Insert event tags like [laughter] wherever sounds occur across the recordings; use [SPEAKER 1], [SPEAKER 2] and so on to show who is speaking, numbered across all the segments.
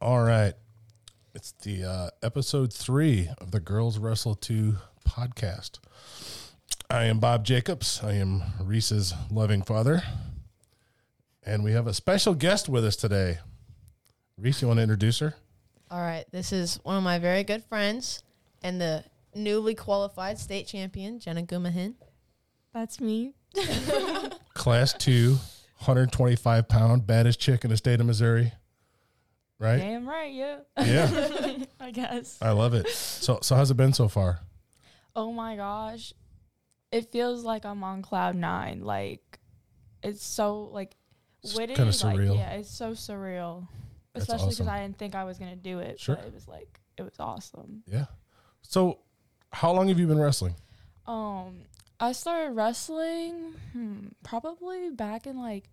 [SPEAKER 1] All right. It's the uh, episode three of the Girls Wrestle 2 podcast. I am Bob Jacobs. I am Reese's loving father. And we have a special guest with us today. Reese, you want to introduce her?
[SPEAKER 2] All right, this is one of my very good friends and the newly qualified state champion, Jenna Gumahin. [laughs]
[SPEAKER 3] That's me.
[SPEAKER 1] Class 2, 125 pound, baddest chick in the state of Missouri. Right?
[SPEAKER 3] Damn right, yeah.
[SPEAKER 1] Yeah.
[SPEAKER 3] I guess.
[SPEAKER 1] I love it. So, so how's it been so far?
[SPEAKER 3] Oh my gosh. It feels like I'm on cloud nine. Like it's so like
[SPEAKER 1] It's
[SPEAKER 3] witty.
[SPEAKER 1] kinda
[SPEAKER 3] like,
[SPEAKER 1] surreal.
[SPEAKER 3] yeah, it's so surreal.
[SPEAKER 1] That's
[SPEAKER 3] Especially because
[SPEAKER 1] awesome.
[SPEAKER 3] I didn't think I was gonna do it.
[SPEAKER 1] Sure.
[SPEAKER 3] But it was like it was awesome.
[SPEAKER 1] Yeah. So, how long have you been wrestling?
[SPEAKER 3] Um, I started wrestling hmm, probably back in like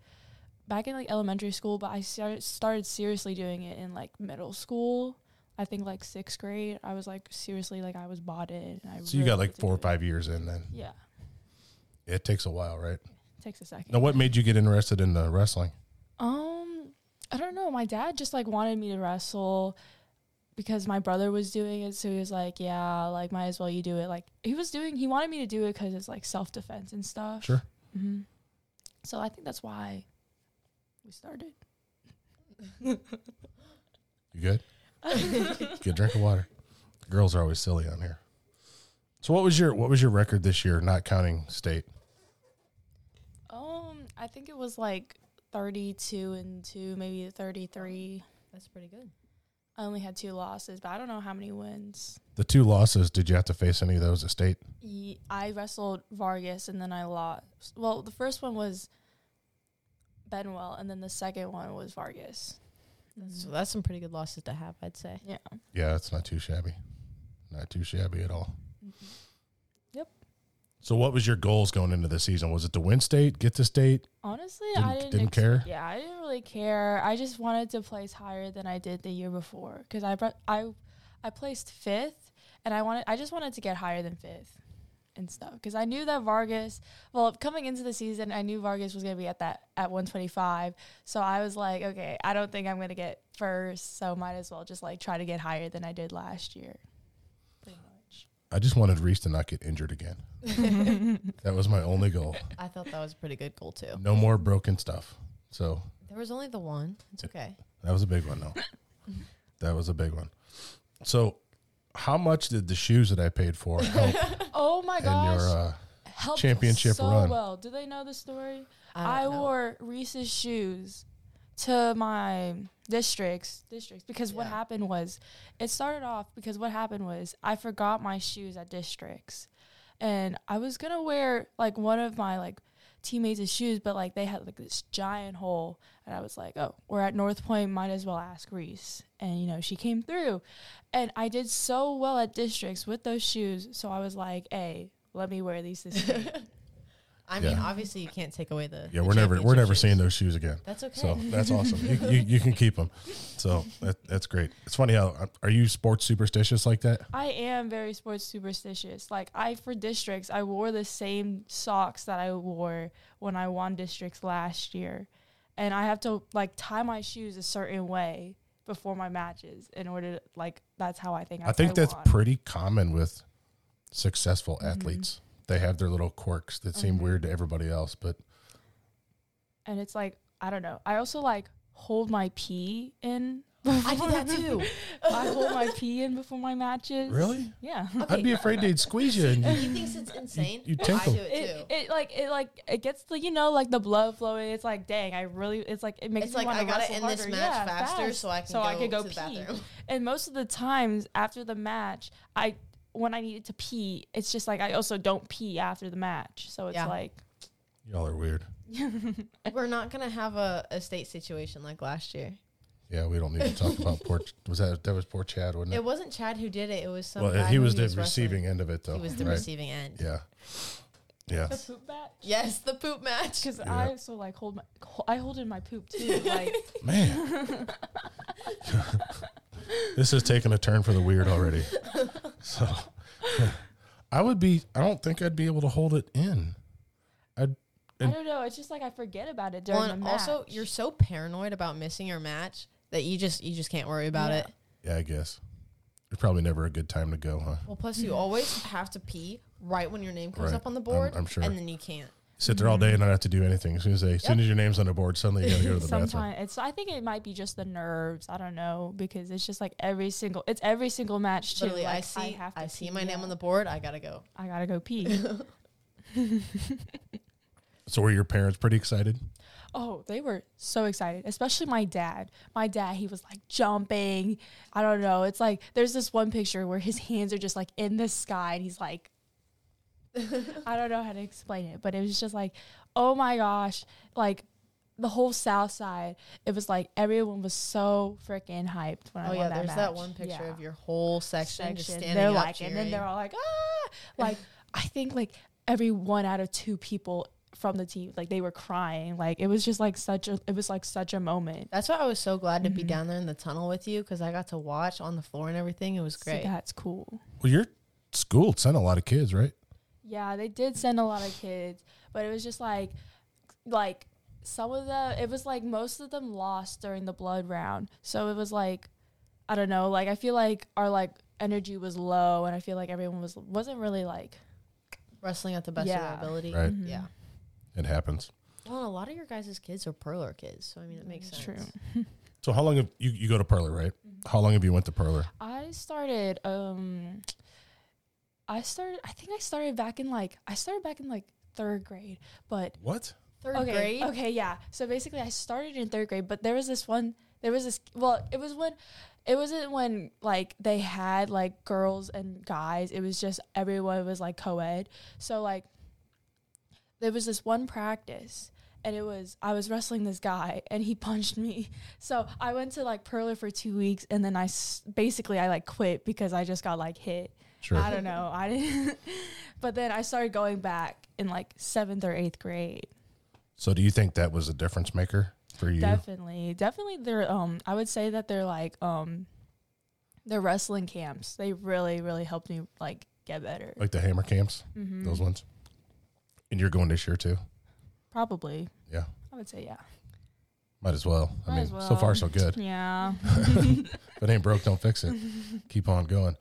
[SPEAKER 3] back in like elementary school, but I started started seriously doing it in like middle school. I think like sixth grade. I was like seriously like I was bought in. And I
[SPEAKER 1] So you got
[SPEAKER 3] really
[SPEAKER 1] like
[SPEAKER 3] wanted to
[SPEAKER 1] four or
[SPEAKER 3] do it.
[SPEAKER 1] five years in then.
[SPEAKER 3] Yeah,
[SPEAKER 1] It takes a while, right?
[SPEAKER 3] takes a second.
[SPEAKER 1] Now, what made you get interested in uh, wrestling?
[SPEAKER 3] Um, I don't know. My dad just like wanted me to wrestle because my brother was doing it, so he was like, "Yeah, like might as well you do it." Like he was doing, he wanted me to do it because it's like self defense and stuff.
[SPEAKER 1] Sure.
[SPEAKER 3] hmm So I think that's why we started.
[SPEAKER 1] You good? Get a drink of water. Girls are always silly on here. So what was your what was your record this year, not counting state?
[SPEAKER 3] Um, I think it was like thirty-two and two, maybe thirty-three.
[SPEAKER 2] That's pretty good.
[SPEAKER 3] I only had two losses, but I don't know how many wins.
[SPEAKER 1] The two losses, did you have to face any of those at state?
[SPEAKER 3] Ye- I wrestled Vargas and then I lost. Well, the first one was Benwell, and then the second one was Vargas.
[SPEAKER 2] So that's some pretty good losses to have, I'd say.
[SPEAKER 3] Yeah.
[SPEAKER 1] Yeah, it's not too shabby. Not too shabby at all.
[SPEAKER 3] Yep.
[SPEAKER 1] So what was your goals going into the season? Was it to win state, get to state?
[SPEAKER 3] Honestly, I
[SPEAKER 1] Didn't-
[SPEAKER 3] didn't,
[SPEAKER 1] didn't care?
[SPEAKER 3] Yeah, I didn't really care. I just wanted to place higher than I did the year before because I brought I I placed fifth, and I wanted I just wanted to get higher than fifth and stuff because I knew that Vargas. Well, coming into the season, I knew Vargas was gonna be at that at 125. So I was like, okay, I don't think I'm gonna get first, so might as well just like try to get higher than I did last year. Pretty much.
[SPEAKER 1] I just wanted Reese to not get injured again. that was my only goal.
[SPEAKER 2] I thought that was a pretty good goal, too.
[SPEAKER 1] No more broken stuff. So
[SPEAKER 2] There was only the one. It's okay.
[SPEAKER 1] That was a big one, though. that was a big one. So, how much did the shoes that I paid for help
[SPEAKER 3] Oh my
[SPEAKER 1] in
[SPEAKER 3] gosh!
[SPEAKER 1] your? Uh,
[SPEAKER 3] helped
[SPEAKER 1] championship
[SPEAKER 3] so
[SPEAKER 1] run.
[SPEAKER 3] well. Do they know the story?
[SPEAKER 2] don't
[SPEAKER 3] I,
[SPEAKER 2] know.
[SPEAKER 3] wore Reese's shoes to my districts districts because what
[SPEAKER 2] Yeah.
[SPEAKER 3] happened was it started off because what happened was I forgot my shoes at districts and I was gonna wear like one of my like teammates' shoes but like they had like this giant hole and I was like oh we're at North Point might as well ask Reese and you know she came through and I did so well at districts with those shoes so I was like hey let me wear these this year
[SPEAKER 2] I
[SPEAKER 1] Yeah.
[SPEAKER 2] mean, obviously, you can't take away the.
[SPEAKER 1] yeah,
[SPEAKER 2] the
[SPEAKER 1] we're never we're never
[SPEAKER 2] championship
[SPEAKER 1] seeing
[SPEAKER 2] shoes.
[SPEAKER 1] those shoes again.
[SPEAKER 2] That's okay. [laughs]
[SPEAKER 1] So that's awesome. you, you, you can keep them. So that, that's great. It's funny how uh, are you sports superstitious like that?
[SPEAKER 3] I am very sports superstitious. Like I for districts, I wore the same socks that I wore when I won districts last year. And I have to like tie my shoes a certain way before my matches in order to like that's how I think I,
[SPEAKER 1] I think that's
[SPEAKER 3] won.
[SPEAKER 1] pretty common with successful athletes. They have their little quirks that seem weird to everybody else, but
[SPEAKER 3] and it's like I don't know. I also like hold my pee in
[SPEAKER 2] I do
[SPEAKER 1] [laughs]
[SPEAKER 2] that too.
[SPEAKER 3] [laughs] I hold my pee in before my matches.
[SPEAKER 1] really,
[SPEAKER 3] Yeah.
[SPEAKER 1] I'd be afraid they'd squeeze you. And you
[SPEAKER 2] He thinks it's insane.
[SPEAKER 1] you
[SPEAKER 2] but I
[SPEAKER 1] tinkle.
[SPEAKER 2] do it too.
[SPEAKER 3] It, it like it like it gets the you know like the blood flowing. It's like dang, I really it's like it makes
[SPEAKER 2] it's
[SPEAKER 3] me
[SPEAKER 2] like
[SPEAKER 3] want to
[SPEAKER 2] I gotta
[SPEAKER 3] wrestle
[SPEAKER 2] end this
[SPEAKER 3] harder.
[SPEAKER 2] match
[SPEAKER 3] Yeah,
[SPEAKER 2] faster
[SPEAKER 3] fast,
[SPEAKER 2] so I can
[SPEAKER 3] so
[SPEAKER 2] go,
[SPEAKER 3] I could go
[SPEAKER 2] to the
[SPEAKER 3] pee.
[SPEAKER 2] bathroom.
[SPEAKER 3] And most of the times after the match, I when I needed to pee, it's just like I also don't pee after the match. So it's
[SPEAKER 2] Yeah.
[SPEAKER 3] like
[SPEAKER 1] Y'all are weird.
[SPEAKER 2] We're not gonna have a, a state situation like last year.
[SPEAKER 1] Yeah, we don't need to talk about poor. Was that that was poor Chad? Wasn't it?
[SPEAKER 2] It wasn't Chad who did it. It was some.
[SPEAKER 1] well,
[SPEAKER 2] guy
[SPEAKER 1] he
[SPEAKER 2] who
[SPEAKER 1] was the
[SPEAKER 2] wrestling.
[SPEAKER 1] receiving end of it, though.
[SPEAKER 2] He was the
[SPEAKER 1] right?
[SPEAKER 2] receiving end.
[SPEAKER 1] Yeah. Yeah.
[SPEAKER 2] [laughs]
[SPEAKER 3] the poop match.
[SPEAKER 2] Yes, the poop match.
[SPEAKER 3] Because
[SPEAKER 1] Yeah.
[SPEAKER 3] I also like hold my ho- I hold in my
[SPEAKER 2] [laughs]
[SPEAKER 3] poop too. Like [laughs]
[SPEAKER 1] Man. this is taking a turn for the weird
[SPEAKER 2] [laughs]
[SPEAKER 1] already. So [laughs] I would be I don't think I'd be able to hold it in. I'd
[SPEAKER 3] I
[SPEAKER 1] And-
[SPEAKER 3] don't know. It's just like I forget about it during
[SPEAKER 2] Well,
[SPEAKER 3] the
[SPEAKER 2] and
[SPEAKER 3] match.
[SPEAKER 2] also, you're so paranoid about missing your match that you just you just can't worry about
[SPEAKER 3] Yeah.
[SPEAKER 2] it.
[SPEAKER 1] Yeah, I guess. It's probably never a good time to go, huh?
[SPEAKER 2] Well, plus
[SPEAKER 3] [laughs]
[SPEAKER 2] you always have to pee right when your name comes
[SPEAKER 1] Right.
[SPEAKER 2] up on the
[SPEAKER 1] I'm-
[SPEAKER 2] board,
[SPEAKER 1] I'm sure.
[SPEAKER 2] and then you can't.
[SPEAKER 1] Sit there all day and not have to do anything. As soon as they, as soon as your name's on the board, suddenly you gotta
[SPEAKER 2] [laughs]
[SPEAKER 1] go to the bathroom.
[SPEAKER 3] Sometimes it's. I think it might be just the nerves. I don't know because it's just like every single. It's every single match too.
[SPEAKER 2] Literally, I
[SPEAKER 3] Like,
[SPEAKER 2] see
[SPEAKER 3] have to
[SPEAKER 2] I see
[SPEAKER 3] pee,
[SPEAKER 2] my name
[SPEAKER 3] yeah.
[SPEAKER 2] on the board. I gotta go.
[SPEAKER 3] I gotta
[SPEAKER 2] [laughs]
[SPEAKER 3] go pee.
[SPEAKER 1] So were your parents pretty excited?
[SPEAKER 3] Oh, they were so excited, especially my dad. My dad, he was like jumping. I don't know. It's like there's this one picture where his hands are just like in the sky and
[SPEAKER 2] [laughs]
[SPEAKER 3] he's like I don't know how to explain it, but it was just like, oh my gosh, like the whole south side. It was like everyone was so freaking hyped when
[SPEAKER 2] oh
[SPEAKER 3] I won
[SPEAKER 2] yeah,
[SPEAKER 3] that
[SPEAKER 2] there's
[SPEAKER 3] match.
[SPEAKER 2] that one picture
[SPEAKER 3] Yeah.
[SPEAKER 2] of your whole section, just
[SPEAKER 3] Section.
[SPEAKER 2] standing
[SPEAKER 3] they're
[SPEAKER 2] up
[SPEAKER 3] like,
[SPEAKER 2] cheering.
[SPEAKER 3] and then they're all like, ah, like I think like every one out of two people from the team, like they were crying. Like it was just like such a, it was like such a moment.
[SPEAKER 2] That's why I was so glad to
[SPEAKER 3] Mm-hmm.
[SPEAKER 2] be down there in the tunnel with you because I got to watch on the floor and everything. It was
[SPEAKER 3] So
[SPEAKER 2] great.
[SPEAKER 3] that's cool.
[SPEAKER 1] Well, your school sent a lot of kids, right?
[SPEAKER 3] Yeah, they did send a lot of kids, but it was just like, like some of the, it was like most of them lost during the blood round. So it was like, I don't know, like I feel like our like energy was low, and I feel like everyone was wasn't really like
[SPEAKER 2] Wrestling at the best of
[SPEAKER 3] Yeah. Mm-hmm.
[SPEAKER 2] their ability.
[SPEAKER 1] Right.
[SPEAKER 2] Yeah.
[SPEAKER 1] It happens.
[SPEAKER 2] Well, and a lot of your guys' kids are perler kids, so I mean it makes sense.
[SPEAKER 3] true. Mm-hmm.
[SPEAKER 1] So how long have you, you go to Perler, right? How long have you went to Perler?
[SPEAKER 3] I started um I started I think I started back in like I started back in like third grade, but
[SPEAKER 1] What?
[SPEAKER 2] Third
[SPEAKER 3] okay,
[SPEAKER 2] grade.
[SPEAKER 3] okay, yeah. So basically I started in third grade, but there was this one there was this well, it was when it wasn't when like they had like girls and guys. It was just everyone was like co-ed. So like there was this one practice and it was I was wrestling this guy and he [laughs] punched me. So I went to like Perler for two weeks and then I s- basically I like quit because I just got like hit.
[SPEAKER 1] Sure.
[SPEAKER 3] I don't know. I didn't. [laughs] but then I started going back in like seventh or eighth grade.
[SPEAKER 1] So do you think that was a difference maker for you?
[SPEAKER 3] Definitely, definitely. They're um. I would say that they're like um, their wrestling camps. They really, really helped me like get better.
[SPEAKER 1] like the hammer camps,
[SPEAKER 3] Mhm.
[SPEAKER 1] those ones? And you're going this year too?
[SPEAKER 3] Probably.
[SPEAKER 1] Yeah.
[SPEAKER 3] I would say yeah.
[SPEAKER 1] Might as well. I
[SPEAKER 3] Might
[SPEAKER 1] mean,
[SPEAKER 3] as
[SPEAKER 1] so far
[SPEAKER 3] well.
[SPEAKER 1] so good. [laughs]
[SPEAKER 3] Yeah. [laughs]
[SPEAKER 1] if it ain't broke, don't fix it. Keep on going.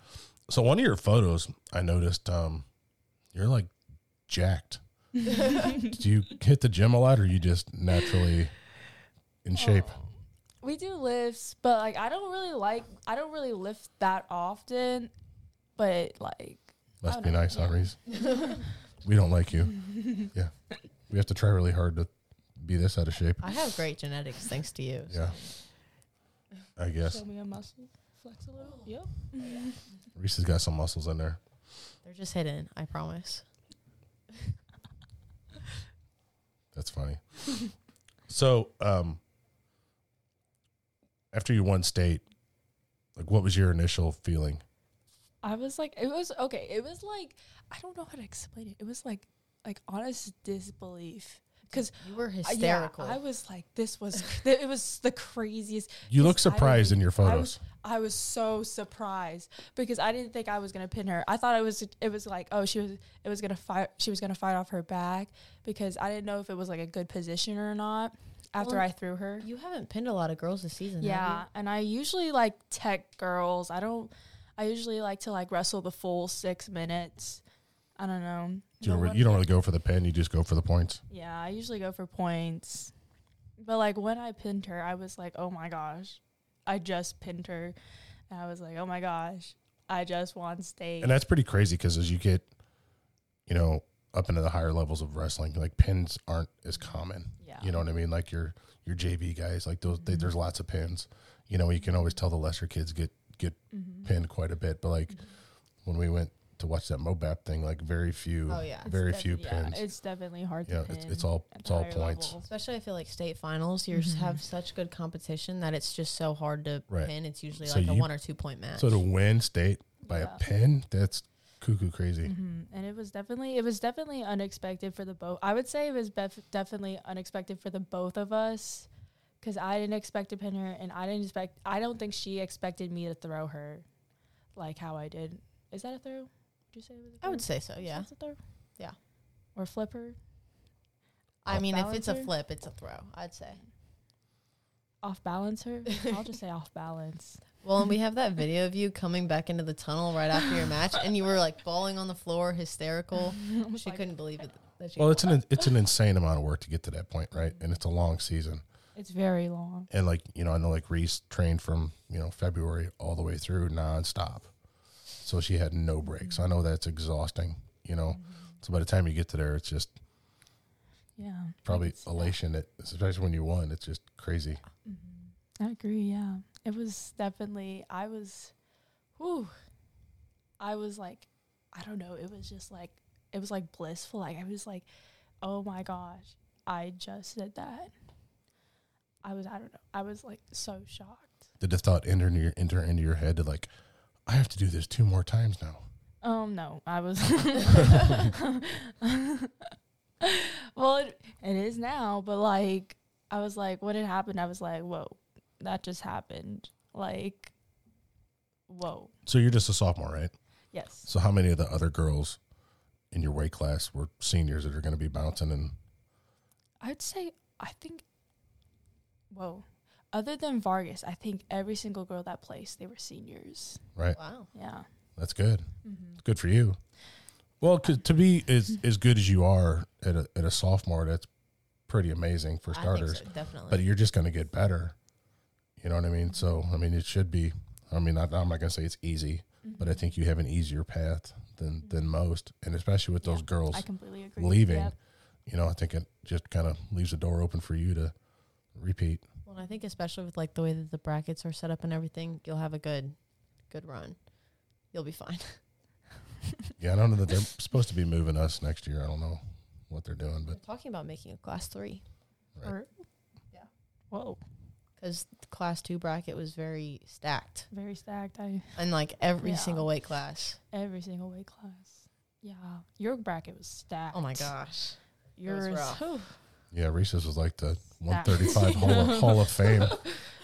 [SPEAKER 1] So one of your photos, I noticed, um, you're like jacked. Do you hit the gym a lot, or you just naturally
[SPEAKER 3] Oh,
[SPEAKER 1] in shape?
[SPEAKER 3] we do lifts, but like I don't really like. I don't really lift that often, but like.
[SPEAKER 1] Must
[SPEAKER 3] oh,
[SPEAKER 1] be
[SPEAKER 3] no,
[SPEAKER 1] nice, huh,
[SPEAKER 3] [laughs]
[SPEAKER 1] Reese? we don't like you. Yeah, we have to try really hard to be this out of shape.
[SPEAKER 2] I have great genetics thanks to you.
[SPEAKER 1] Yeah, I guess
[SPEAKER 3] Show me a muscle. Flex a little. Yep.
[SPEAKER 1] Reese has got some muscles in there.
[SPEAKER 2] They're just hidden, I promise.
[SPEAKER 1] That's funny. so, um, after you won state, like, what was your initial feeling?
[SPEAKER 3] I was like, it was okay. It was like I don't know how to explain it. It was like like honest disbelief because
[SPEAKER 2] You were
[SPEAKER 3] Uh, yeah,
[SPEAKER 2] hysterical.
[SPEAKER 3] I was like, this was [laughs] th- it was the craziest.
[SPEAKER 1] You look
[SPEAKER 3] Yes, I was-
[SPEAKER 1] surprised in your
[SPEAKER 3] I
[SPEAKER 1] photos.
[SPEAKER 3] was I was so surprised because I didn't think I was gonna pin her. I thought it was it was like oh she was it was gonna fight she was gonna fight off her back because I didn't know if it was like a good position or not after
[SPEAKER 2] Well,
[SPEAKER 3] I threw her.
[SPEAKER 2] you haven't pinned a lot of girls this season. have
[SPEAKER 3] Yeah,
[SPEAKER 2] you?
[SPEAKER 3] and I usually like tech girls. I don't. I usually like to like wrestle the full six minutes. I don't know.
[SPEAKER 1] you,
[SPEAKER 3] But
[SPEAKER 1] don't
[SPEAKER 3] when-
[SPEAKER 1] re- you don't really go for the pen; you just go for the points.
[SPEAKER 3] Yeah, I usually go for points. But like when I pinned her, I was like, oh my gosh, I just pinned her. And I was like, oh my gosh, I just won state.
[SPEAKER 1] And that's pretty crazy because as you get, you know, up into the higher levels of wrestling, like pins aren't as common.
[SPEAKER 3] yeah. Mm-hmm.
[SPEAKER 1] You know what I mean? Like your your JV guys, like those, they, there's lots of pins. You know, you can always tell the lesser kids get get
[SPEAKER 3] Mm-hmm.
[SPEAKER 1] pinned quite a bit, but like when we went to watch that Mobap thing, like very few,
[SPEAKER 2] Oh, yeah. It's
[SPEAKER 1] very
[SPEAKER 3] Def-
[SPEAKER 1] few
[SPEAKER 3] yeah,
[SPEAKER 1] pins.
[SPEAKER 3] It's definitely hard
[SPEAKER 1] Yeah,
[SPEAKER 3] to pin.
[SPEAKER 1] it's, it's all
[SPEAKER 3] at
[SPEAKER 1] it's all
[SPEAKER 3] higher
[SPEAKER 1] points.
[SPEAKER 3] levels.
[SPEAKER 2] Especially I feel like state finals, you just
[SPEAKER 3] Mm-hmm.
[SPEAKER 2] have such good competition that it's just so hard to
[SPEAKER 1] Right.
[SPEAKER 2] pin. It's usually
[SPEAKER 1] So
[SPEAKER 2] like a
[SPEAKER 1] you-
[SPEAKER 2] one or two point match.
[SPEAKER 1] So to win state by
[SPEAKER 3] Yeah.
[SPEAKER 1] a pin, that's cuckoo crazy.
[SPEAKER 3] Mhm. And it was definitely it was definitely unexpected for the both. I would say it was bef- definitely unexpected for the both of us because I didn't expect to pin her, and I didn't expect. I don't think she expected me to throw her like how I did. Is that a throw? Would you say it was? A
[SPEAKER 2] I
[SPEAKER 3] throw?
[SPEAKER 2] would say so, yeah.
[SPEAKER 3] Is that a throw?
[SPEAKER 2] Yeah.
[SPEAKER 3] Or flip her.
[SPEAKER 2] I mean, if it's a
[SPEAKER 3] Balancer?
[SPEAKER 2] flip, it's a throw, I'd say.
[SPEAKER 3] off balance her. I'll
[SPEAKER 2] [laughs]
[SPEAKER 3] just say off balance.
[SPEAKER 2] Well, and we have that video of you coming back into the tunnel right after your match, and you were like bawling on the floor, hysterical.
[SPEAKER 3] [laughs]
[SPEAKER 2] She
[SPEAKER 3] like-
[SPEAKER 2] couldn't believe it. That she
[SPEAKER 1] Well, it's an it's an insane amount of work to get to that point, right? And it's a long season.
[SPEAKER 3] It's very long.
[SPEAKER 1] And like you know, I know like Reese trained from you know February all the way through nonstop, so she had no breaks. I know that's exhausting. You know,
[SPEAKER 3] Mm-hmm.
[SPEAKER 1] so by the time you get to there, it's just
[SPEAKER 3] Yeah. I
[SPEAKER 1] probably
[SPEAKER 3] could see that.
[SPEAKER 1] elation. That especially when you won, it's just crazy.
[SPEAKER 3] Mm-hmm. I agree. Yeah, it was definitely. I was, whew, I was like, I don't know. It was just like it was like blissful. Like I was like, oh my gosh, I just did that. I was. I don't know. I was like so shocked.
[SPEAKER 1] Did the thought enter into your enter into your head to like, I have to do this two more times now?
[SPEAKER 3] Um, no, I [laughs] was. well, it, it is now, but like, I was like, when it happened, I was like, whoa, that just happened. Like, whoa.
[SPEAKER 1] So you're just a sophomore, right?
[SPEAKER 3] Yes.
[SPEAKER 1] So how many of the other girls in your weight class were seniors that are going to be bouncing and
[SPEAKER 3] I'd say I think whoa. Other than Vargas, I think every single girl that placed, they were seniors.
[SPEAKER 1] right?
[SPEAKER 2] wow.
[SPEAKER 3] Yeah.
[SPEAKER 1] That's good.
[SPEAKER 2] Mm-hmm.
[SPEAKER 1] Good for you. Well, 'cause to be as as good as you are at a, at a sophomore, that's pretty amazing for
[SPEAKER 2] I
[SPEAKER 1] starters.
[SPEAKER 2] think so, definitely.
[SPEAKER 1] But you're just going to get better. You know what I mean? So I mean, it should be. I mean, I, I'm not going to say it's easy, but
[SPEAKER 2] Mm-hmm.
[SPEAKER 1] I think you have an easier path than than most, and especially with those
[SPEAKER 3] Yeah,
[SPEAKER 1] girls.
[SPEAKER 3] I completely agree.
[SPEAKER 1] leaving,
[SPEAKER 3] Yep.
[SPEAKER 1] you know, I think it just kind of leaves the door open for you to repeat.
[SPEAKER 2] Well, and I think especially with like the way that the brackets are set up and everything, you'll have a good, good run. You'll be fine.
[SPEAKER 1] Yeah, I don't know that they're supposed to be moving us next year. I don't know what they're doing,
[SPEAKER 2] We're
[SPEAKER 1] but
[SPEAKER 2] talking about making a class three
[SPEAKER 1] Right.
[SPEAKER 3] Or-
[SPEAKER 2] Yeah.
[SPEAKER 3] Whoa.
[SPEAKER 2] because the class two bracket was very stacked
[SPEAKER 3] Very stacked. I
[SPEAKER 2] in like every
[SPEAKER 3] Yeah.
[SPEAKER 2] single weight class.
[SPEAKER 3] every single weight class. Yeah. Your bracket was stacked.
[SPEAKER 2] Oh my gosh. was
[SPEAKER 3] Yours
[SPEAKER 2] rough.
[SPEAKER 3] whew,
[SPEAKER 1] yeah, Reese's was like the
[SPEAKER 3] Nah.
[SPEAKER 2] [laughs]
[SPEAKER 1] 135 Hall, of, Hall of Fame.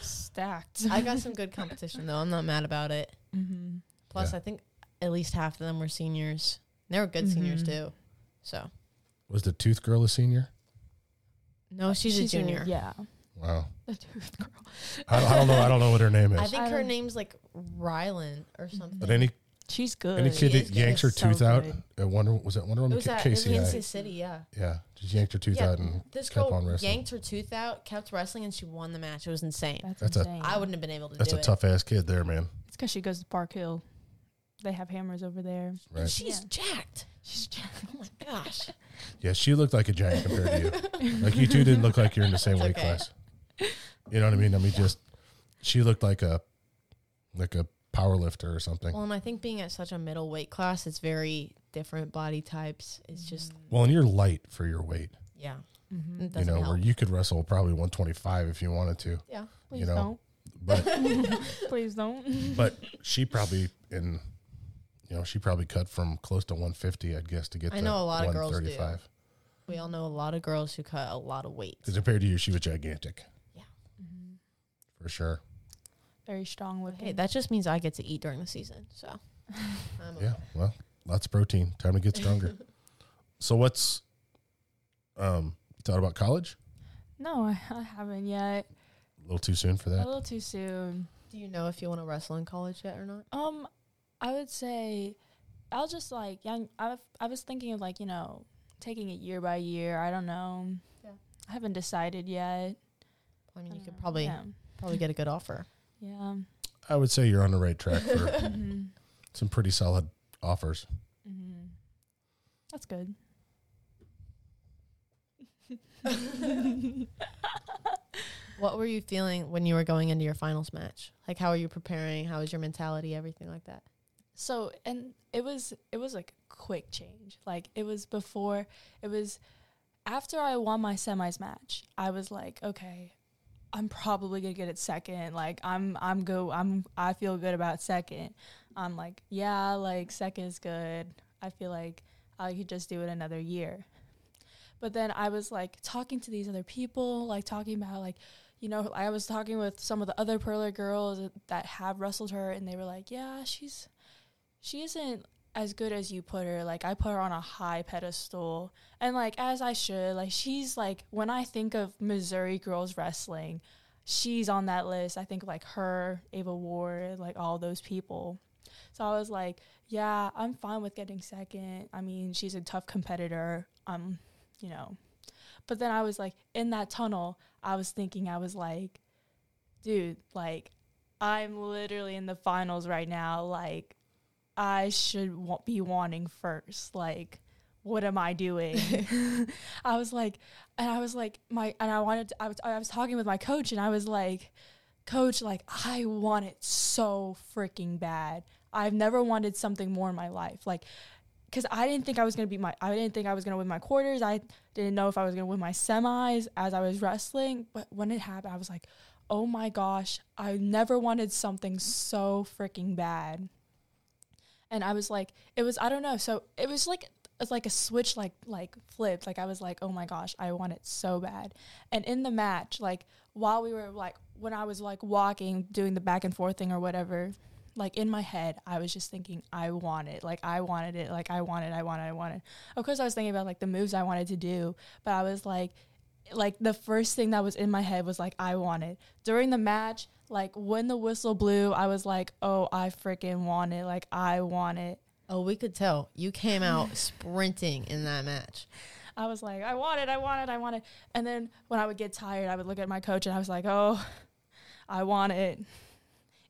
[SPEAKER 3] stacked.
[SPEAKER 2] I got some good competition though. I'm not mad about it.
[SPEAKER 3] mm-hmm.
[SPEAKER 2] Plus,
[SPEAKER 1] Yeah.
[SPEAKER 2] I think at least half of them were seniors. They were good seniors
[SPEAKER 3] Mhm.
[SPEAKER 2] too. So
[SPEAKER 1] Was the Tooth Girl a senior?
[SPEAKER 2] no, she's, a junior.
[SPEAKER 3] yeah. [laughs]
[SPEAKER 1] Wow,
[SPEAKER 3] The tooth girl.
[SPEAKER 1] I, don't- I don't know. I don't know what her name
[SPEAKER 2] I
[SPEAKER 1] is.
[SPEAKER 2] think
[SPEAKER 3] I
[SPEAKER 2] her
[SPEAKER 3] don't- Mm-hmm.
[SPEAKER 2] name's like Rylan or something.
[SPEAKER 1] But any
[SPEAKER 3] She's good.
[SPEAKER 1] any kid
[SPEAKER 2] She is
[SPEAKER 1] that
[SPEAKER 2] good.
[SPEAKER 1] yanks her
[SPEAKER 3] It's so
[SPEAKER 1] tooth out
[SPEAKER 3] good.
[SPEAKER 1] at Wonder was that Wonder
[SPEAKER 2] it
[SPEAKER 1] Woman
[SPEAKER 2] was
[SPEAKER 1] K-
[SPEAKER 2] at it was
[SPEAKER 1] KCI?
[SPEAKER 2] NC City, yeah.
[SPEAKER 1] yeah, just yanked her tooth
[SPEAKER 2] Yeah,
[SPEAKER 1] out and
[SPEAKER 2] This
[SPEAKER 1] kept on
[SPEAKER 2] girl
[SPEAKER 1] wrestling.
[SPEAKER 2] yanked her tooth out, kept wrestling, and she won the match. It was insane.
[SPEAKER 3] That's,
[SPEAKER 1] That's a-
[SPEAKER 3] insane.
[SPEAKER 2] I wouldn't have been able to
[SPEAKER 1] That's
[SPEAKER 2] do
[SPEAKER 1] a
[SPEAKER 2] it.
[SPEAKER 1] tough ass kid there, man.
[SPEAKER 3] It's because she goes to Park Hill. They have hammers over there.
[SPEAKER 2] And
[SPEAKER 1] Right?
[SPEAKER 2] She's
[SPEAKER 3] Yeah.
[SPEAKER 2] jacked.
[SPEAKER 3] She's
[SPEAKER 2] Oh my gosh.
[SPEAKER 1] Yeah, she looked like a giant compared to you. Like you two didn't look like you're in the same
[SPEAKER 2] It's
[SPEAKER 1] weight
[SPEAKER 2] okay.
[SPEAKER 1] class. You know what I mean? I mean, just she looked like a like a power lifter or something.
[SPEAKER 2] Well, and I think being at such a middle weight class, it's very different body types. It's
[SPEAKER 3] [laughs]
[SPEAKER 2] just
[SPEAKER 1] Well, and you're light for your weight.
[SPEAKER 2] yeah,
[SPEAKER 3] Mm-hmm.
[SPEAKER 2] it
[SPEAKER 1] you
[SPEAKER 2] doesn't
[SPEAKER 1] know,
[SPEAKER 2] help.
[SPEAKER 1] where you could wrestle probably 125 if you wanted to,
[SPEAKER 2] yeah,
[SPEAKER 3] Please
[SPEAKER 1] you know,
[SPEAKER 3] don't.
[SPEAKER 2] [laughs]
[SPEAKER 1] but [laughs]
[SPEAKER 3] Please don't.
[SPEAKER 1] but she probably in you know she probably cut from close to 150, I'd guess, to get.
[SPEAKER 2] I
[SPEAKER 1] to
[SPEAKER 2] know a lot of girls do.
[SPEAKER 1] 135.
[SPEAKER 2] we all know a lot of girls who cut a lot of weight.
[SPEAKER 1] 'Cause compared to you, she was gigantic
[SPEAKER 3] Mhm.
[SPEAKER 1] for sure.
[SPEAKER 3] Very strong looking.
[SPEAKER 2] Hey, that just means I get to eat during the season. So Um, I'm
[SPEAKER 1] Yeah, well, lots of protein. Time to get
[SPEAKER 2] [laughs]
[SPEAKER 1] stronger. so what's um thought about college?
[SPEAKER 3] no, I, I haven't yet.
[SPEAKER 1] A little too soon for
[SPEAKER 3] A
[SPEAKER 1] that.
[SPEAKER 3] little too soon.
[SPEAKER 2] Do you know if you want to wrestle in college yet or not?
[SPEAKER 3] Um, I would say I'll just like yeah, I I was thinking of like you know taking it year by year. I don't know.
[SPEAKER 2] Yeah.
[SPEAKER 3] I haven't decided yet.
[SPEAKER 2] I
[SPEAKER 3] I
[SPEAKER 2] mean, you
[SPEAKER 3] don't
[SPEAKER 2] could
[SPEAKER 3] know.
[SPEAKER 2] probably
[SPEAKER 3] yeah.
[SPEAKER 2] probably get a good offer.
[SPEAKER 1] [laughs]
[SPEAKER 3] yeah.
[SPEAKER 1] I would say you're on the right track [laughs] for
[SPEAKER 2] [laughs]
[SPEAKER 3] hmm
[SPEAKER 1] some pretty solid offers.
[SPEAKER 3] hmm That's good.
[SPEAKER 2] What were you feeling when you were going into your finals match? Like, how are you preparing? How is your mentality? Everything like that.
[SPEAKER 3] So and it was it was like a quick change. Like it was before it was after I won my semis match, I was like, okay, I'm probably gonna get it second. Like I'm I'm go I'm I feel good about second. I'm like, yeah, like second is good. I feel like I could just do it another year. But then I was like talking to these other people, like talking about like, you know, I was talking with some of the other Perler girls that have wrestled her and they were like, Yeah, she's she isn't as good as you put her. Like I put her on a high pedestal and like as I should. Like she's like when I think of Missouri girls wrestling, she's on that list. I think like her, Ava Ward, like all those people. So I was like, yeah, I'm fine with getting second. I mean, she's a tough competitor. Um, you know. But then I was like in that tunnel, I was thinking I was like, dude, like I'm literally in the finals right now. Like I should wa- be wanting first. Like what am I doing? I was like, and I was like, my, and I wanted, to, I was, I was talking with my coach, and I was like, coach, like I want it so freaking bad. I've never wanted something more in my life, like, because I didn't think I was gonna be my, I didn't think I was gonna win my quarters. I didn't know if I was gonna win my semis as I was wrestling. But when it happened, I was like, oh my gosh, I never wanted something so freaking bad. And I was like, it was, I don't know. So it was like it's like a switch like like flipped like i was like oh my gosh i want it so bad and in the match like while we were like when i was like walking doing the back and forth thing or whatever like in my head i was just thinking i want it like i wanted it like i wanted i wanted i wanted of course i was thinking about like the moves i wanted to do but i was like like the first thing that was in my head was like i wanted during the match like when the whistle blew i was like oh i freaking want it like i want it
[SPEAKER 2] Oh, we could tell you came [laughs] out sprinting in that match.
[SPEAKER 3] I was like, I want it, I want it, I want it. And then when I would get tired, I would look at my coach and I was like, oh, [laughs] I want it.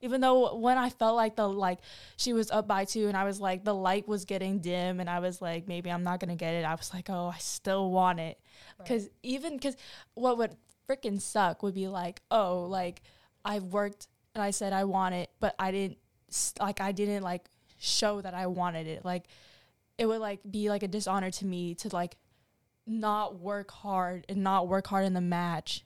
[SPEAKER 3] Even though when I felt like the like she was up by two and I was like the light was getting dim and I was like maybe I'm not gonna get it. I was like, oh, I still want it. Because even because what would freaking suck would be like, oh, like I've worked and I said I want it, but I didn't s- like I didn't like show that I wanted it. Like it would like be like a dishonor to me to like not work hard and not work hard in the match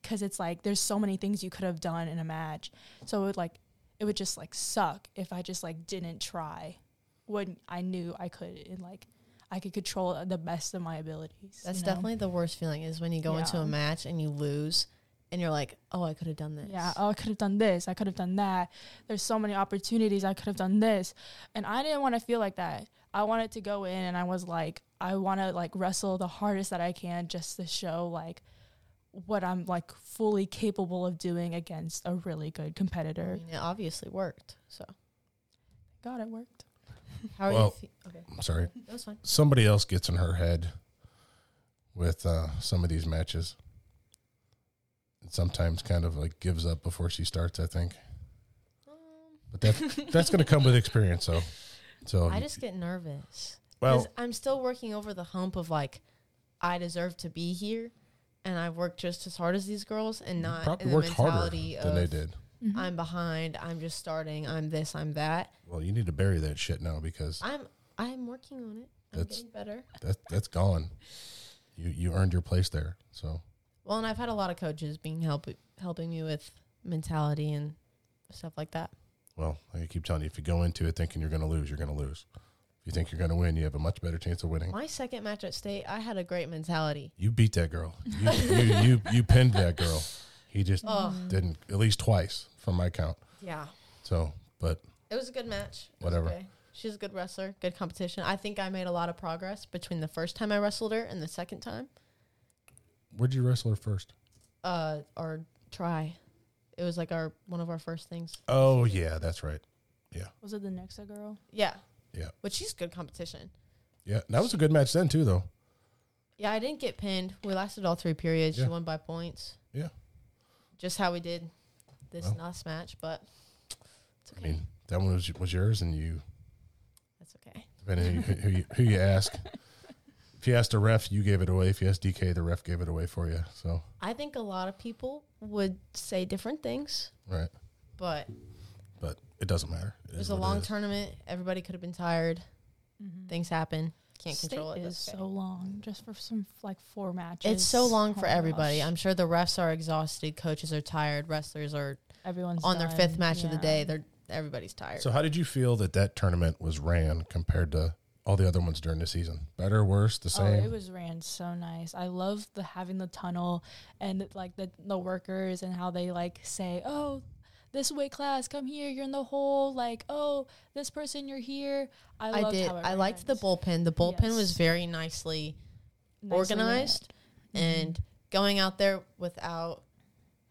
[SPEAKER 3] because it's like there's so many things you could have done in a match so it would like it would just like suck if i just like didn't try when i knew i could and like i could control it the best of my abilities
[SPEAKER 2] That's
[SPEAKER 3] you know?
[SPEAKER 2] definitely the worst feeling is when you go into
[SPEAKER 3] Yeah.
[SPEAKER 2] a match and you lose and you're like, oh, I could have done this.
[SPEAKER 3] Yeah, oh, I could have done this. I could have done that. There's so many opportunities. I could have done this. And I didn't want to feel like that. I wanted to go in and I was like, I want to like wrestle the hardest that I can just to show like what I'm like fully capable of doing against a really good
[SPEAKER 2] I
[SPEAKER 3] competitor.
[SPEAKER 2] mean, it obviously worked. So,
[SPEAKER 3] God, it worked.
[SPEAKER 2] how are
[SPEAKER 1] Well-
[SPEAKER 2] you?
[SPEAKER 1] [laughs]
[SPEAKER 2] Fe- okay,
[SPEAKER 1] I'm sorry.
[SPEAKER 2] that was fine.
[SPEAKER 1] Somebody else gets in her head with uh, some of these matches. And sometimes kind of like gives up before she starts, I think. But that's [laughs] that's going to come with experience, though. So,
[SPEAKER 2] I just get nervous because
[SPEAKER 1] well,
[SPEAKER 2] I'm still working over the hump of like, I deserve to be here, and I've worked just as hard as these girls, and
[SPEAKER 1] you
[SPEAKER 2] not in
[SPEAKER 1] probably
[SPEAKER 2] the
[SPEAKER 1] worked harder
[SPEAKER 2] mentality
[SPEAKER 1] than they
[SPEAKER 2] of
[SPEAKER 1] did.
[SPEAKER 2] I'm behind, I'm just starting, I'm this, I'm that.
[SPEAKER 1] Well, you need to bury that shit now because
[SPEAKER 2] I'm I'm working on it. I'm
[SPEAKER 1] That's-
[SPEAKER 2] getting better.
[SPEAKER 1] that that's gone. You you earned your place there. So
[SPEAKER 2] Well, and I've had a lot of coaches being help helping me with mentality and stuff like that.
[SPEAKER 1] Well, like I keep telling you, if you go into it thinking you're going to lose, you're going to lose. If you think you're going to win, you have a much better chance of winning.
[SPEAKER 2] My second match at state, I had a great mentality.
[SPEAKER 1] You beat that girl. You, you, you, you pinned that girl. He just
[SPEAKER 2] Oh.
[SPEAKER 3] Mm-hmm.
[SPEAKER 1] didn't, at least twice from my count.
[SPEAKER 2] Yeah,
[SPEAKER 1] So, but
[SPEAKER 2] it was a good match. It was
[SPEAKER 1] Whatever.
[SPEAKER 2] okay. She's a good wrestler, good competition. I think I made a lot of progress between the first time I wrestled her and the second time.
[SPEAKER 1] where'd you wrestle her first?
[SPEAKER 2] Uh, or try. It was like our one of our first things.
[SPEAKER 1] Oh, yeah, that's right.
[SPEAKER 3] Was it the Nexa girl?
[SPEAKER 2] Yeah.
[SPEAKER 1] Yeah.
[SPEAKER 2] But she's good competition.
[SPEAKER 1] Yeah, that was a good match then, too, though.
[SPEAKER 2] Yeah, I didn't get pinned. We lasted all three periods.
[SPEAKER 1] Yeah.
[SPEAKER 2] She won by points.
[SPEAKER 1] Yeah.
[SPEAKER 2] Just how we did this
[SPEAKER 1] Well.
[SPEAKER 2] last match, but it's
[SPEAKER 1] I
[SPEAKER 2] okay.
[SPEAKER 1] mean, that one was, was yours, and you,
[SPEAKER 2] That's okay.
[SPEAKER 1] depending who you, who, you, who you ask. If you asked the ref, you gave it away. If you asked DK, the ref gave it away for you. So,
[SPEAKER 2] I think a lot of people would say different things,
[SPEAKER 1] right.
[SPEAKER 2] but
[SPEAKER 1] But it doesn't matter.
[SPEAKER 2] it
[SPEAKER 1] is
[SPEAKER 2] was a
[SPEAKER 1] what
[SPEAKER 2] long
[SPEAKER 1] is.
[SPEAKER 2] tournament. Everybody could have been tired. Things happen. Can't control it.
[SPEAKER 3] Mm-hmm. State is
[SPEAKER 2] That's okay.
[SPEAKER 3] so long, just for some like four matches.
[SPEAKER 2] It's so long
[SPEAKER 3] Oh
[SPEAKER 2] for
[SPEAKER 3] my
[SPEAKER 2] everybody.
[SPEAKER 3] gosh.
[SPEAKER 2] I'm sure the refs are exhausted. Coaches are tired. Wrestlers are
[SPEAKER 3] Everyone's
[SPEAKER 2] on their fifth
[SPEAKER 3] done.
[SPEAKER 2] match of the
[SPEAKER 3] Yeah.
[SPEAKER 2] day. They're everybody's tired.
[SPEAKER 1] So, how did you feel that that tournament was ran compared to all the other ones during the season? Better, worse, the
[SPEAKER 3] Oh, it
[SPEAKER 1] same?
[SPEAKER 3] was ran so nice. I love the having the tunnel and like the the workers and how they like say, "Oh, this weight class, come here, you're in the hole." Like, "Oh, this person, you're here." I,
[SPEAKER 2] I
[SPEAKER 3] loved
[SPEAKER 2] did.
[SPEAKER 3] How it
[SPEAKER 2] I liked the
[SPEAKER 3] ran.
[SPEAKER 2] bullpen. The bullpen was
[SPEAKER 3] Yes.
[SPEAKER 2] very nicely
[SPEAKER 3] Nicely ran. Mm-hmm.
[SPEAKER 2] organized and going out there without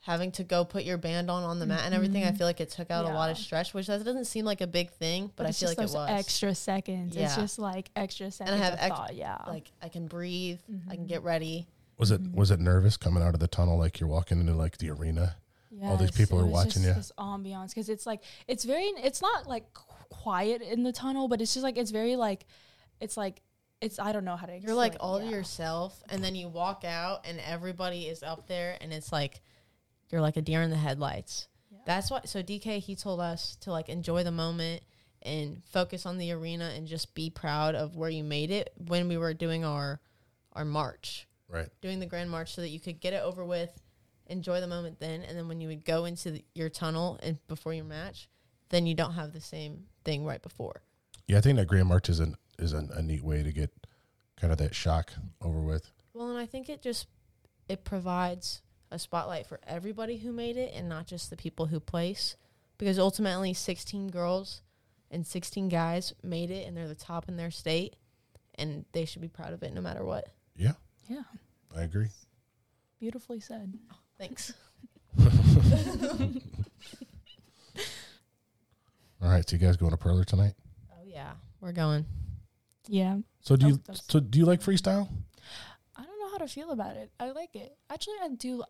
[SPEAKER 2] having to go put your band on on the mat and everything, I feel like it took out a lot of
[SPEAKER 3] Mm-hmm. Yeah.
[SPEAKER 2] stretch, which that doesn't seem like a big thing, but, I
[SPEAKER 3] it's
[SPEAKER 2] feel
[SPEAKER 3] just
[SPEAKER 2] like it
[SPEAKER 3] those
[SPEAKER 2] was.
[SPEAKER 3] extra seconds.
[SPEAKER 2] Yeah.
[SPEAKER 3] It's just like extra seconds.
[SPEAKER 2] have
[SPEAKER 3] of
[SPEAKER 2] ex-
[SPEAKER 3] thought, yeah.
[SPEAKER 2] Like I can breathe, I
[SPEAKER 3] Mm-hmm.
[SPEAKER 2] can get ready.
[SPEAKER 1] Was it
[SPEAKER 2] mm-hmm.
[SPEAKER 1] was it nervous coming out of the tunnel like you're walking into like the arena? all these
[SPEAKER 3] Yes,
[SPEAKER 1] people
[SPEAKER 3] it
[SPEAKER 1] are
[SPEAKER 3] was
[SPEAKER 1] watching
[SPEAKER 3] just
[SPEAKER 1] you.
[SPEAKER 3] This ambiance because it's like it's very it's not like qu- quiet in the tunnel, but it's just like it's very like it's like it's I don't know how to.
[SPEAKER 2] You're like
[SPEAKER 3] explain,
[SPEAKER 2] all to
[SPEAKER 3] yeah.
[SPEAKER 2] yourself, and then you walk out, and everybody is up there, and it's like you're like a deer in the headlights. That's why. So DK he told us to like enjoy the moment and focus on the arena and just be proud of where you made it when we were doing our our march,
[SPEAKER 1] Right.
[SPEAKER 2] doing the grand march, so that you could get it over with, enjoy the moment then, and then when you would go into the, your tunnel and before your match, then you don't have the same thing right before.
[SPEAKER 1] Yeah, I think that Grand March is an is an, a neat way to get kind of that shock over with.
[SPEAKER 2] Well, and I think it just it provides a spotlight for everybody who made it and not just the people who place because ultimately 16 girls and 16 guys made it and they're the top in their state and they should be proud of it no matter what.
[SPEAKER 1] Yeah,
[SPEAKER 3] Yeah,
[SPEAKER 1] I agree.
[SPEAKER 3] beautifully said.
[SPEAKER 2] Thanks.
[SPEAKER 1] All right, so you guys going to Perler tonight?
[SPEAKER 2] Oh yeah, we're going.
[SPEAKER 3] Yeah,
[SPEAKER 1] So do
[SPEAKER 3] Oh,
[SPEAKER 1] you
[SPEAKER 3] that's-
[SPEAKER 1] so do you like freestyle?
[SPEAKER 3] I don't know how to feel about it. I like it. Actually, I do.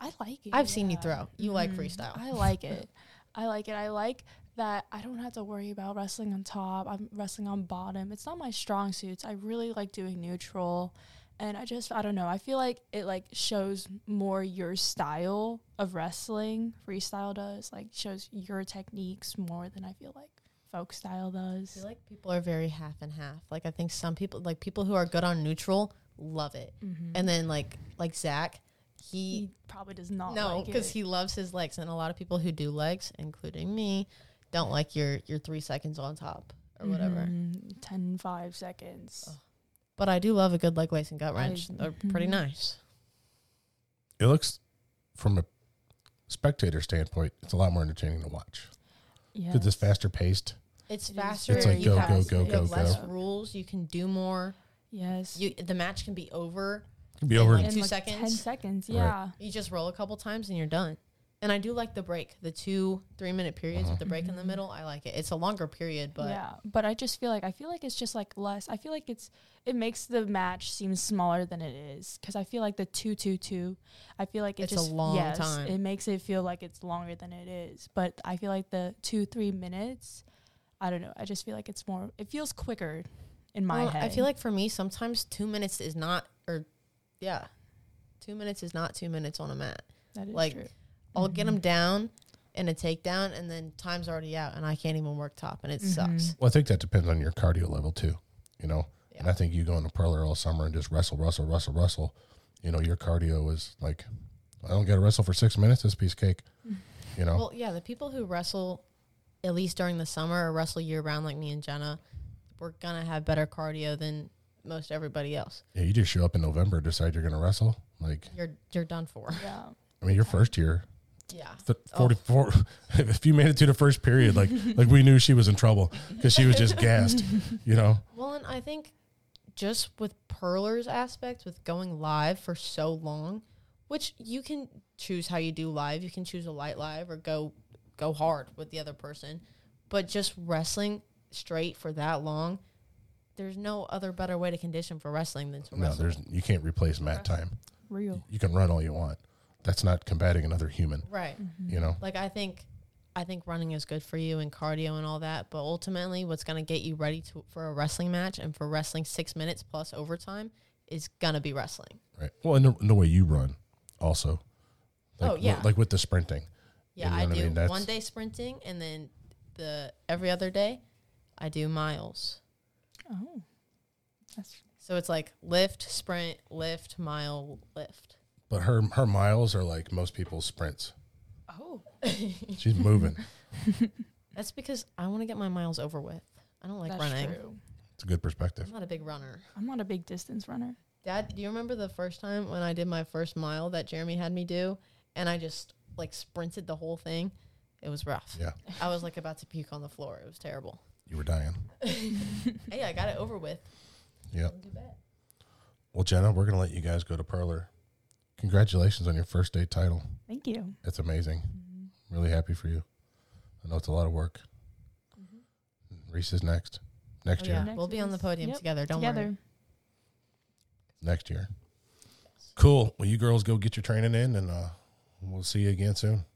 [SPEAKER 3] I like it.
[SPEAKER 2] I've seen you
[SPEAKER 3] yeah.
[SPEAKER 2] throw. You like
[SPEAKER 3] Mhm.
[SPEAKER 2] freestyle.
[SPEAKER 3] I like it. I like it. I like that I don't have to worry about wrestling on top. I'm wrestling on bottom. It's not my strong suits. I really like doing neutral. And I just I don't know. I feel like it like shows more your style of wrestling. Freestyle does like shows your techniques more than I feel like folk style
[SPEAKER 2] I feel
[SPEAKER 3] does.
[SPEAKER 2] like people are very half and half. Like I think some people like people who are good on neutral love it.
[SPEAKER 3] Mm-hmm.
[SPEAKER 2] And then like like Zach, he
[SPEAKER 3] He probably does not.
[SPEAKER 2] No,
[SPEAKER 3] like
[SPEAKER 2] because
[SPEAKER 3] it.
[SPEAKER 2] he loves his legs, and a lot of people who do legs, including me, don't like your your three seconds on top or whatever. Oh.
[SPEAKER 3] Mhm. 10 5 seconds.
[SPEAKER 2] Ugh. But I do love a good leg lace and gut
[SPEAKER 3] I-
[SPEAKER 2] wrench. They're pretty
[SPEAKER 3] mhm.
[SPEAKER 2] nice.
[SPEAKER 1] It looks from a spectator standpoint, it's a lot more entertaining to watch.
[SPEAKER 3] Yeah.
[SPEAKER 1] It's just faster paced.
[SPEAKER 2] It's
[SPEAKER 3] It is
[SPEAKER 2] faster.
[SPEAKER 1] It's like
[SPEAKER 2] you
[SPEAKER 1] go,
[SPEAKER 2] have-
[SPEAKER 1] go, go,
[SPEAKER 2] you have
[SPEAKER 1] go,
[SPEAKER 2] Less
[SPEAKER 3] go.
[SPEAKER 2] rules. You can do more.
[SPEAKER 3] Yes.
[SPEAKER 2] You the match can be over.
[SPEAKER 1] It could be over.
[SPEAKER 2] like-
[SPEAKER 1] in
[SPEAKER 2] two
[SPEAKER 3] Ten
[SPEAKER 2] seconds?
[SPEAKER 3] seconds.
[SPEAKER 1] Right.
[SPEAKER 3] Yeah.
[SPEAKER 2] You just roll a couple times and you're done. And I do like the break, the two three minute periods with the break in the
[SPEAKER 3] Mhm.
[SPEAKER 2] middle. I like it. It's a longer period, but
[SPEAKER 3] yeah, but I just feel like I feel like it's just like less. I feel like it's it makes the match seem smaller than it is because I feel like the two two two. I feel like it
[SPEAKER 2] It's a
[SPEAKER 3] just,
[SPEAKER 2] long
[SPEAKER 3] yes,
[SPEAKER 2] time.
[SPEAKER 3] It makes it feel like it's longer than it is, but I feel like the two three minutes. I don't know. I just feel like it's more. It feels quicker in my
[SPEAKER 2] Well,
[SPEAKER 3] head.
[SPEAKER 2] I feel like for me, sometimes two minutes is not, or yeah, two minutes is not two minutes on a mat.
[SPEAKER 3] that is
[SPEAKER 2] like,
[SPEAKER 3] true.
[SPEAKER 2] I'll get 'em get
[SPEAKER 3] Mm-hmm.
[SPEAKER 2] them down in a takedown, and then time's already out, and I can't even work top, and it
[SPEAKER 3] Mm-hmm.
[SPEAKER 2] sucks.
[SPEAKER 1] Well, I think that depends on your cardio level too. You know, and I think you going to Perler all summer and just wrestle, wrestle, wrestle, wrestle. You know, your cardio is like, I don't got to wrestle for six minutes. This piece of cake. You know,
[SPEAKER 2] Well, yeah, the people who wrestle, at least during the summer or wrestle year round, like me and Jenna, we're gonna have better cardio than most everybody else.
[SPEAKER 1] yeah, you just show up in November, decide you're going to wrestle. Like,
[SPEAKER 2] You're you're done for.
[SPEAKER 3] Mm-hmm. yeah.
[SPEAKER 1] I mean, your first year,
[SPEAKER 2] Yeah.
[SPEAKER 1] th- 44 [laughs] if you made it to the first period like like we knew she was in trouble because she was just gassed you know
[SPEAKER 2] Well, and I think just with Perler's aspect, with going live for so long, which you can choose how you do live. You can choose a light live or go go hard with the other person. But just wrestling straight for that long, there's no other better way to condition for wrestling than to
[SPEAKER 1] no
[SPEAKER 2] wrestle.
[SPEAKER 1] there's you can't replace mat time
[SPEAKER 3] Real.
[SPEAKER 1] you can run all you want that's not combating another human
[SPEAKER 2] Right.
[SPEAKER 3] Mm-hmm.
[SPEAKER 1] you know
[SPEAKER 2] Like I think I think running is good for you and cardio and all that, but ultimately what's going to get you ready to for a wrestling match and for wrestling 6 minutes plus overtime is going to be wrestling.
[SPEAKER 1] right well and the, and the way you run also like,
[SPEAKER 2] Oh,
[SPEAKER 1] wi-
[SPEAKER 2] yeah.
[SPEAKER 1] like with the sprinting
[SPEAKER 2] Yeah,
[SPEAKER 1] You know
[SPEAKER 2] I
[SPEAKER 1] what I
[SPEAKER 2] do
[SPEAKER 1] mean? That's-
[SPEAKER 2] one day sprinting, and then the every other day, I do miles.
[SPEAKER 3] Oh, that's
[SPEAKER 2] So it's like lift, sprint, lift, mile, lift. [laughs]
[SPEAKER 1] but her her miles are like most people's sprints
[SPEAKER 3] oh.
[SPEAKER 1] she's
[SPEAKER 2] [laughs]
[SPEAKER 1] moving
[SPEAKER 2] That's because I want to get my miles over with. I don't like
[SPEAKER 3] that's
[SPEAKER 2] running.
[SPEAKER 3] true.
[SPEAKER 1] it's a good perspective
[SPEAKER 2] I'm not a big runner.
[SPEAKER 3] I'm not a big distance runner.
[SPEAKER 2] Dad, do you remember the first time when I did my first mile that Jeremy had me do, and I just like sprinted the whole thing? It was rough.
[SPEAKER 1] yeah
[SPEAKER 2] I was like about to puke on the floor. It was
[SPEAKER 3] [laughs]
[SPEAKER 2] terrible.
[SPEAKER 1] you were dying
[SPEAKER 2] Hey, I got it over with.
[SPEAKER 1] yeah
[SPEAKER 2] Don't do bad.
[SPEAKER 1] well jenna we're gonna let you guys go to perler congratulations on your first day title
[SPEAKER 3] Thank you.
[SPEAKER 1] That's amazing.
[SPEAKER 2] Mm-hmm.
[SPEAKER 1] Really happy for you. I know it's a lot of work.
[SPEAKER 2] Mm-hmm.
[SPEAKER 1] Reese is next. Next
[SPEAKER 2] Oh,
[SPEAKER 1] year.
[SPEAKER 2] yeah.
[SPEAKER 3] Next
[SPEAKER 2] We'll be on the
[SPEAKER 3] is-
[SPEAKER 2] podium
[SPEAKER 3] yep,
[SPEAKER 2] together. Don't
[SPEAKER 3] Together.
[SPEAKER 2] worry.
[SPEAKER 1] Next year. Cool. Well, you girls go get your training in and uh, we'll see you again soon.